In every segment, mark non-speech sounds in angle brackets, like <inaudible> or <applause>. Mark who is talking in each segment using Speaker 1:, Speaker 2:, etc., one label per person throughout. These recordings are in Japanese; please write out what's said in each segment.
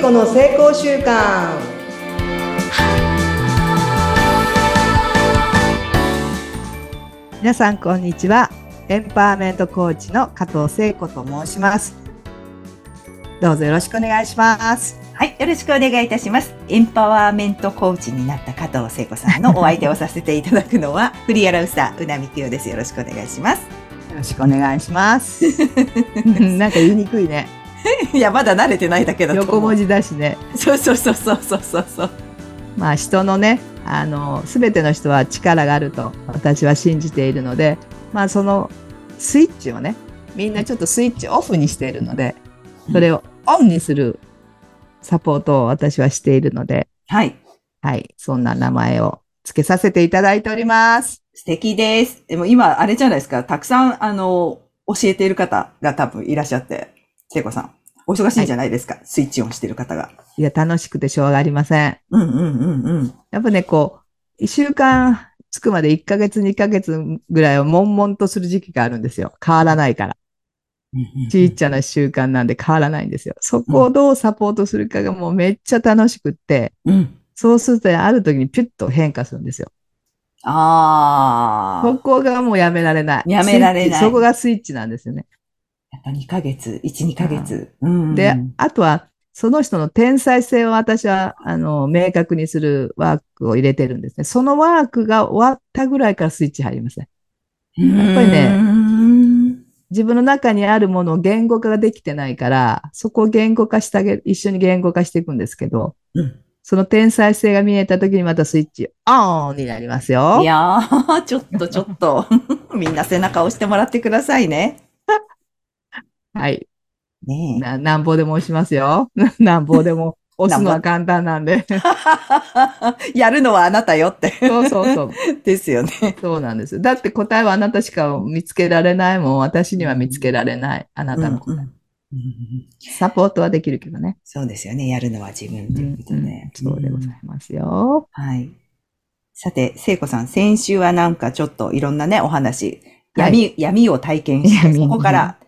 Speaker 1: 子の成功習慣皆さんこんにちはエンパワーメントコーチの加藤聖子と申しますどうぞよろしくお願いします
Speaker 2: はい、よろしくお願いいたします。エンパワーメントコーチになった加藤聖子さんのお相手をさせていただくのは、 <laughs> フリーアナウンサー、うなみきよです。よろしくお願いします。
Speaker 1: よろしくお願いします <laughs> なんか言いにくいね
Speaker 2: <laughs> いや、まだ慣れてないだけだと思う。
Speaker 1: 横文字だしね
Speaker 2: そうそうそうそうそうそうそう。
Speaker 1: まあ人のね、あの、すべての人は力があると私は信じているので、まあそのスイッチをね、みんなちょっとスイッチオフにしているので、それをオンにするサポートを私はしているので、
Speaker 2: はい。
Speaker 1: はい、そんな名前を付けさせていただいております。
Speaker 2: 素敵です。でも今、あれじゃないですか。たくさん、あの、教えている方が多分いらっしゃって、聖子さん、お忙しいんじゃないですか。スイッチオンしてる方が。
Speaker 1: いや、楽しくてしょうがありません。
Speaker 2: うんうんうんうん。
Speaker 1: やっぱね、こう、一週間つくまで1ヶ月2ヶ月ぐらいは悶々とする時期があるんですよ。変わらないから。ちっちゃな習慣なんで変わらないんですよ。そこをどうサポートするかがもうめっちゃ楽しくって、
Speaker 2: うん。
Speaker 1: そうするとある時にピュッと変化するんですよ。
Speaker 2: ああ。
Speaker 1: そこがもうやめられない。
Speaker 2: やめら
Speaker 1: ス
Speaker 2: れない
Speaker 1: イッチそこがスイッチなんですよね。
Speaker 2: やっぱ2ヶ月、1、2ヶ月。うん
Speaker 1: で、あとは、その人の天才性を私は、あの、明確にするワークを入れてるんですね。そのワークが終わったぐらいからスイッチ入りません。
Speaker 2: や
Speaker 1: っぱりね
Speaker 2: ね、
Speaker 1: 自分の中にあるものを言語化ができてないから、そこを言語化してあげる、一緒に言語化していくんですけど、
Speaker 2: うん
Speaker 1: その天才性が見えた時にまたスイッチオンになりますよ
Speaker 2: い。やー、ちょっ
Speaker 1: <laughs>
Speaker 2: とちょっと、 <laughs> みんな背中押してもらってくださいね。
Speaker 1: はい。
Speaker 2: ねえ。
Speaker 1: な、なんぼでも押しますよ。 <laughs> なんぼでも。押すのは簡単なんで。
Speaker 2: <laughs> やるのはあなたよって。
Speaker 1: そうそうそう。
Speaker 2: <laughs> ですよね。
Speaker 1: <laughs> そうなんです。だって答えはあなたしか見つけられないもん。私には見つけられない。あなたの
Speaker 2: うんうん
Speaker 1: サポートはできるけどね。
Speaker 2: そうですよね。やるのは自分っていうことね。
Speaker 1: そうでございますよ。
Speaker 2: はい。さて、聖子さん、先週はなんかちょっといろんなね、お話、
Speaker 1: はい
Speaker 2: 闇、闇を体験して、
Speaker 1: 闇
Speaker 2: そこから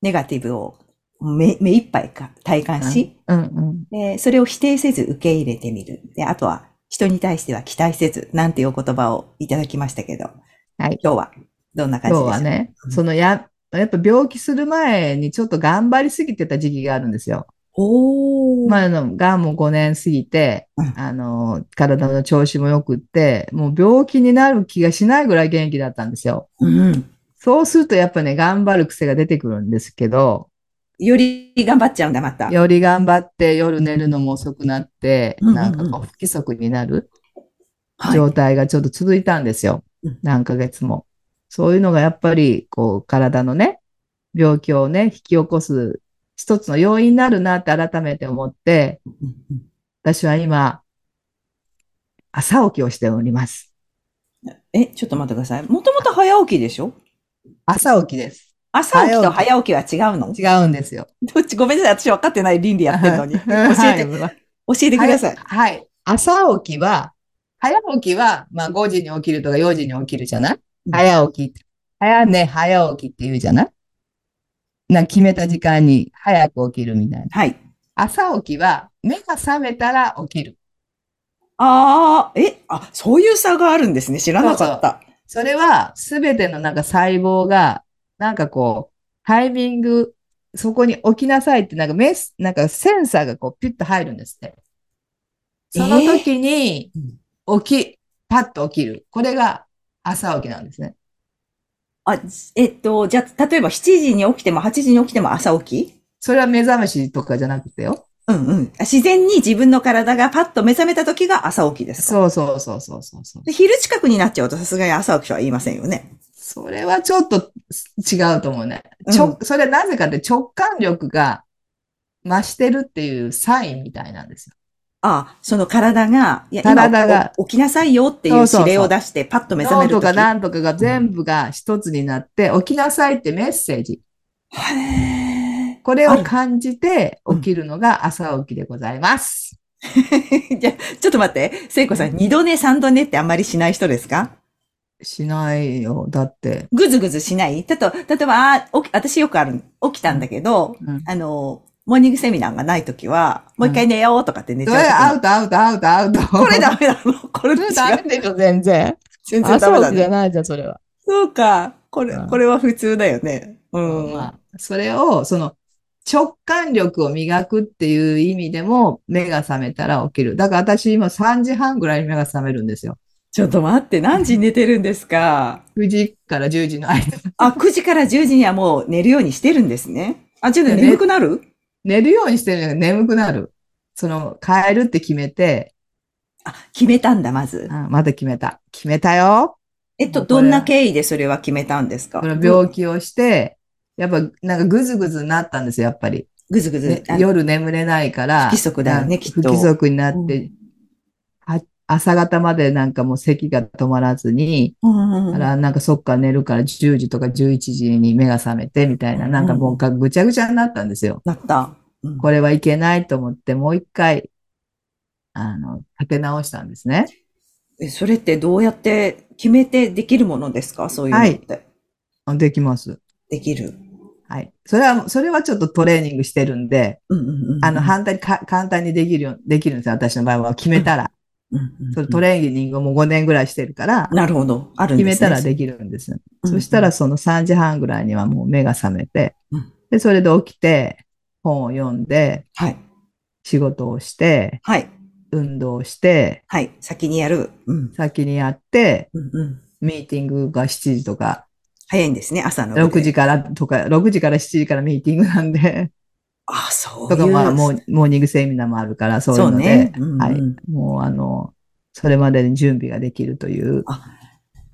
Speaker 2: ネガティブを目目いっぱいか体感し、
Speaker 1: うんうん。
Speaker 2: で、それを否定せず受け入れてみる。で、あとは人に対しては期待せず、なんていうお言葉をいただきましたけど、
Speaker 1: はい
Speaker 2: 今日はどんな感じ
Speaker 1: 今
Speaker 2: で
Speaker 1: 日
Speaker 2: すか
Speaker 1: はね
Speaker 2: う、ん
Speaker 1: そのや、やっぱ病気する前にちょっと頑張りすぎてた時期があるんですよ。
Speaker 2: おー。
Speaker 1: まあ、あの、がんも5年過ぎて
Speaker 2: うん、
Speaker 1: あの、体の調子も良くって、もう病気になる気がしないぐらい元気だったんですよ。
Speaker 2: うん。
Speaker 1: そうするとやっぱね、頑張る癖が出てくるんですけど、
Speaker 2: より頑張っちゃうんだ、また。
Speaker 1: より頑張って夜寝るのも遅くなって、
Speaker 2: うんうんうん
Speaker 1: なんかこう不規則になる
Speaker 2: はい
Speaker 1: 状態がちょっと続いたんですよ。
Speaker 2: うん
Speaker 1: 何ヶ月も。そういうのがやっぱりこう体のね、病気をね、引き起こす一つの要因になるなって改めて思って、
Speaker 2: うんうん
Speaker 1: 私は今、朝起きをしております。
Speaker 2: え、ちょっと待ってください。もともと早起きでしょ
Speaker 1: 朝起きです。
Speaker 2: 朝起きと早起きは違うの
Speaker 1: 違うんですよ。
Speaker 2: どっちごめんなさい。私分かってない倫理やってるのに。教えて、教
Speaker 1: <laughs> はい
Speaker 2: えてください。
Speaker 1: はい。はい朝起きは、早起きは、まあ5時に起きるとか4時に起きるじゃない
Speaker 2: うん
Speaker 1: 早起き。早寝、早起きって言うじゃないな、決めた時間に早く起きるみたいな。
Speaker 2: はい。
Speaker 1: 朝起きは、目が覚めたら起きる。
Speaker 2: ああ、え、あ、そういう差があるんですね。知らなかった。
Speaker 1: それは、すべてのなんか細胞が、なんかこう、タイミング、そこに起きなさいって、なんかメス、なんかセンサーがこう、ピュッと入るんですって。その時に
Speaker 2: え、
Speaker 1: 起き、パッと起きる。これが朝起きなんですね。
Speaker 2: あ、えっと、じゃあ、例えば7時に起きても8時に起きても朝起き
Speaker 1: それは目覚めしとかじゃなくてよ。
Speaker 2: うんうん。あ自然に自分の体がパッと目覚めた時が朝起きですか。
Speaker 1: そうそうそうそうそうそう。
Speaker 2: で昼近くになっちゃうとさすがに朝起きとは言いませんよね。
Speaker 1: それはちょっと違うと思うね。
Speaker 2: うん
Speaker 1: ちょ、それなぜかって直感力が増してるっていうサインみたいなんですよ。
Speaker 2: あその体が、いや、
Speaker 1: 体が
Speaker 2: 今起きなさいよっていう指令を出してパッと目覚める
Speaker 1: 脳
Speaker 2: 時
Speaker 1: とかなんとかが全部が一つになって、起きなさいってメッセージ。
Speaker 2: へー
Speaker 1: これ
Speaker 2: あ
Speaker 1: を
Speaker 2: る
Speaker 1: 感じて起きるのが朝起きでございます。
Speaker 2: <laughs> じゃあちょっと待って、聖子さん、二度寝三度寝ってあんまりしない人ですか
Speaker 1: しないよ。だって。
Speaker 2: ぐずぐずしないだと、例えば、あー、起き私よくある、起きたんだけど、
Speaker 1: うん
Speaker 2: あの、モーニングセミナーがないときは、もう一回寝ようとかって寝ち
Speaker 1: それア
Speaker 2: ゃ
Speaker 1: ウ
Speaker 2: う時
Speaker 1: トアウトアウトアウト。
Speaker 2: も。これダメなのこれ
Speaker 1: そ
Speaker 2: 違
Speaker 1: れ
Speaker 2: う。
Speaker 1: ダメでしょ、全然。
Speaker 2: 全然ダメ
Speaker 1: 朝
Speaker 2: だ
Speaker 1: 起きじゃ
Speaker 2: ね。
Speaker 1: ないじゃん、それは。
Speaker 2: そうか。これ
Speaker 1: う、ん
Speaker 2: これは普通だよね。うん。
Speaker 1: まあ、それを、その、直感力を磨くっていう意味でも、目が覚めたら起きる。だから私今3時半ぐらいに目が覚めるんですよ。
Speaker 2: ちょっと待って、何時に寝てるんですか
Speaker 1: 9時から10時の間。
Speaker 2: あ、9時から10時にはもう寝るようにしてるんですね。あ、ちょっと
Speaker 1: ね
Speaker 2: 眠くなる
Speaker 1: 寝るようにしてるんだけど眠くなる。その、帰るって決めて、
Speaker 2: あ、決めたんだ、まず。
Speaker 1: あまだ決めた。決めたよ。
Speaker 2: えっと、
Speaker 1: もうこれ
Speaker 2: どんな経緯でそれは決めたんですか
Speaker 1: この病気をして、やっぱ、なんかぐずぐずになったんですよ、やっぱり。
Speaker 2: ぐずぐず
Speaker 1: ね。
Speaker 2: あの
Speaker 1: 夜眠れないから。
Speaker 2: 不規則だよね
Speaker 1: なんか
Speaker 2: きっと
Speaker 1: 不規則になっ
Speaker 2: う
Speaker 1: て、は朝方までなんかもう咳が止まらずに、
Speaker 2: うんうん
Speaker 1: あら、なんかそっか寝るから10時とか11時に目が覚めてみたいな、なんかもうかぐちゃぐちゃになったんですよ。
Speaker 2: なった。うん
Speaker 1: これはいけないと思って、もう一回、あの、立て直したんですね。
Speaker 2: えそれってどうやって決めてできるものですかそういうのって。
Speaker 1: あできます。
Speaker 2: できる。
Speaker 1: はい。それは、それはちょっとトレーニングしてるんで、
Speaker 2: うんうんうん
Speaker 1: あの、反対にか簡単にできるよ、できるんですよ。私の場合は決めたら。
Speaker 2: うんうんうん
Speaker 1: それトレーニングをもう5年ぐらいしてるから、
Speaker 2: なるほど。あるん
Speaker 1: 決
Speaker 2: ですね。
Speaker 1: めたらできるんです。
Speaker 2: うん
Speaker 1: そしたら、その3時半ぐらいにはもう目が覚めて
Speaker 2: うん、
Speaker 1: で、それで起きて、本を読んで、
Speaker 2: はい。
Speaker 1: 仕事をして、
Speaker 2: はい。
Speaker 1: 運動をして、
Speaker 2: はい。先にやる。うん。
Speaker 1: 先にやって、
Speaker 2: うんうん。
Speaker 1: ミーティングが7時とか、
Speaker 2: 早いんですね、朝の。
Speaker 1: 6時。からとか、6時から7時からミーティングなんで、
Speaker 2: あ、そういう。
Speaker 1: とかまあ、モーモーニングセミナーもあるから、そういう
Speaker 2: そう
Speaker 1: の
Speaker 2: ね
Speaker 1: で、。
Speaker 2: うんうん
Speaker 1: はい。もうあの、それまでに準備ができるという。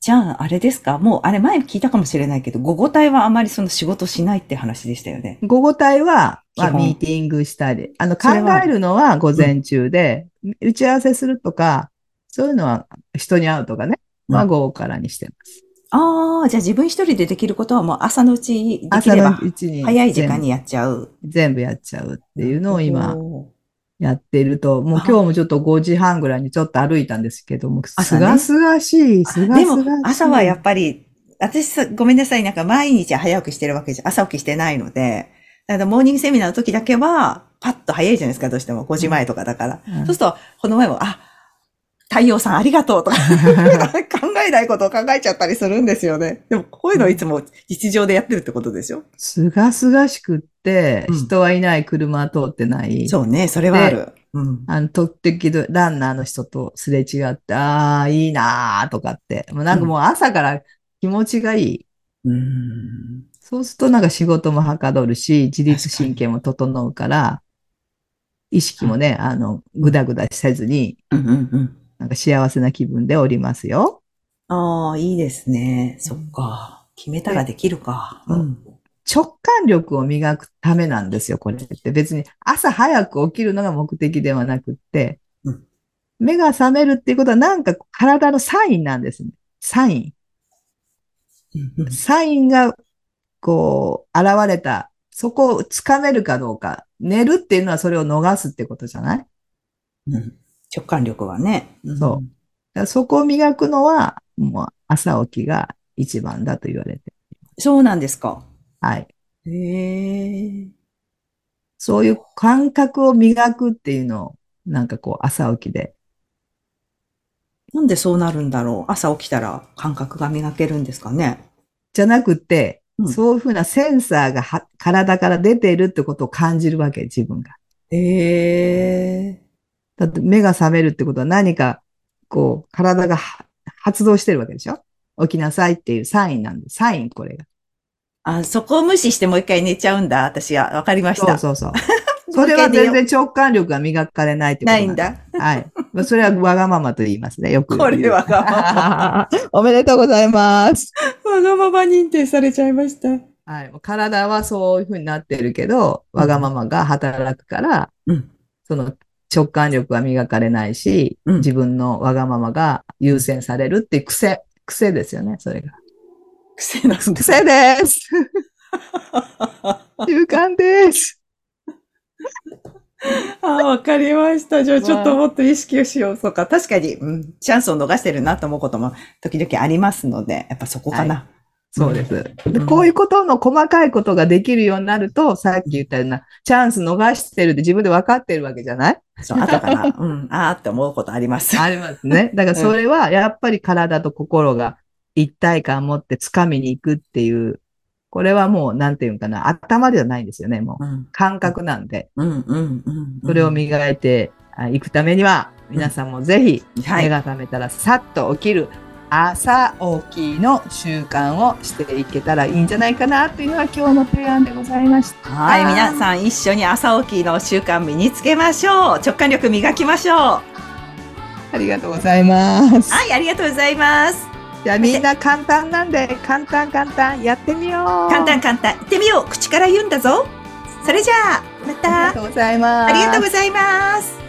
Speaker 2: じゃあ、あれですかもう、あれ前聞いたかもしれないけど、午後帯はあまりその仕事しないって話でしたよね。
Speaker 1: 午後帯は、まあ、
Speaker 2: 基本
Speaker 1: ミーティングしたり、あの、考
Speaker 2: それは
Speaker 1: えるのは午前中で、打ち合わせするとか、そういうのは人に会うとかね、
Speaker 2: うん
Speaker 1: まあ午後からにしてます。
Speaker 2: ああ、じゃあ自分一人でできることはもう朝のうちにでき
Speaker 1: 朝
Speaker 2: れ
Speaker 1: の
Speaker 2: ば、
Speaker 1: うちに
Speaker 2: 早い時間にやっちゃう。
Speaker 1: 全部やっちゃうっていうのを今
Speaker 2: お
Speaker 1: やってると、もう今日もちょっと5時半ぐらいにちょっと歩いたんですけども、す
Speaker 2: 朝ね
Speaker 1: がすがしい、す
Speaker 2: ー。
Speaker 1: が
Speaker 2: です
Speaker 1: がし
Speaker 2: も
Speaker 1: い。、
Speaker 2: 朝はやっぱり、私さ、ごめんなさい、なんか毎日早起きしてるわけじゃ、朝起きしてないので、だからモーニングセミナーの時だけは、パッと早いじゃないですか、どうしても。5時前とかだから。
Speaker 1: うん
Speaker 2: そうすると、この前も、あ、太陽さんありがとうとか、 <laughs> 考えないことを考えちゃったりするんですよね。でも、こういうのをいつも日常でやってるってことでしょ、
Speaker 1: すがすがしくって
Speaker 2: うん、
Speaker 1: 人はいない、車は通ってない。
Speaker 2: そうね、それはある。うん。
Speaker 1: あの、時々ランナーの人とすれ違って、ああ、いいなーとかって。もうなんかもう朝から気持ちがいい。
Speaker 2: うん
Speaker 1: そうするとなんか仕事もはかどるし、自律神経も整うから、意識もね、あの、ぐだぐだせずに、
Speaker 2: うんうんうん。
Speaker 1: なんか幸せな気分でおりますよ。
Speaker 2: ああ、いいですね。そっか。決めたらできるか。
Speaker 1: うん
Speaker 2: ん。
Speaker 1: 直感力を磨くためなんですよ、これって。別に朝早く起きるのが目的ではなくって
Speaker 2: うん、
Speaker 1: 目が覚めるっていうことはなんか体のサインなんですね。サイン。
Speaker 2: うんうん
Speaker 1: サインが、こう、現れた、そこをつかめるかどうか。寝るっていうのはそれを逃すってことじゃないだか
Speaker 2: うん直感力はね。
Speaker 1: そらそこを磨くのは、もう朝起きが一番だと言われて。
Speaker 2: う。そうなんですか。
Speaker 1: はい。
Speaker 2: へえ。
Speaker 1: そういう感覚を磨くっていうのを、なんかこう、朝起きで。
Speaker 2: なんでそうなるんだろう。朝起きたら感覚が磨けるんですかね。
Speaker 1: じゃなくて、
Speaker 2: うん
Speaker 1: そういうふうなセンサーがは体から出ているってことを感じるわけ、自分が。
Speaker 2: へえ。
Speaker 1: だって目が覚めるってことは何か、こう、体がは発動してるわけでしょ起きなさいっていうサインなんで、サインこれが。
Speaker 2: あ、そこを無視してもう一回寝ちゃうんだ。私は。わかりまし
Speaker 1: そう
Speaker 2: た。
Speaker 1: そうそう。
Speaker 2: <laughs>
Speaker 1: それは全然直感力が磨かれないってこと
Speaker 2: ないん
Speaker 1: だ。
Speaker 2: だ。
Speaker 1: はい。まあそれはわがままと言いますね。よく言
Speaker 2: <laughs> こ
Speaker 1: う。
Speaker 2: れわがまま。
Speaker 1: <laughs> おめでとうございます。
Speaker 2: わがまま認定されちゃいました。
Speaker 1: はい。もう体はそういうふうになってるけど、わがままが働くから、
Speaker 2: うん。
Speaker 1: その直感力は磨かれないし、
Speaker 2: うん
Speaker 1: 自分のわがままが優先されるっていう癖、癖ですよね、それが。
Speaker 2: <laughs> 癖なんだ。
Speaker 1: 癖です。 <laughs> 習慣です。
Speaker 2: ああ、わかりました。じゃあ
Speaker 1: まあ
Speaker 2: ちょっともっと意識をしよう。そうか。確かに、うん、チャンスを逃してるなと思うことも時々ありますので、やっぱそこかな。
Speaker 1: そうです。で
Speaker 2: うん
Speaker 1: こういうことの細かいことができるようになると、さっき言ったような、チャンス逃してるって自分で分かってるわけじゃない
Speaker 2: そう、後から、うん、あーって思うことありま
Speaker 1: <laughs>
Speaker 2: す。
Speaker 1: ありますね。だからそれはやっぱり体と心が一体感を持って掴みに行くっていう、これはもうなんていうんかな、頭ではないんですよね、もう。
Speaker 2: うん、
Speaker 1: 感覚なんで、
Speaker 2: うん、うん、うん。
Speaker 1: それを磨いてあいくためには、皆さんもぜひ
Speaker 2: は
Speaker 1: 目
Speaker 2: い。
Speaker 1: が覚めたらさっと起きる朝起きの習慣をしていけたらいいんじゃないかなっていうのが今日の提案でございました。
Speaker 2: はい、皆さん一緒に朝起きの習慣身につけましょう。直感力磨きましょう。は
Speaker 1: ありがとうございます。
Speaker 2: い、ありがとうございます。
Speaker 1: じゃあみんな簡単なんで、簡単簡単やってみよう。
Speaker 2: 簡単簡単。行ってみよう。口から言うんだぞ。それじゃあ、ま
Speaker 1: ありが
Speaker 2: た。
Speaker 1: とうございます。
Speaker 2: ありがとうございます。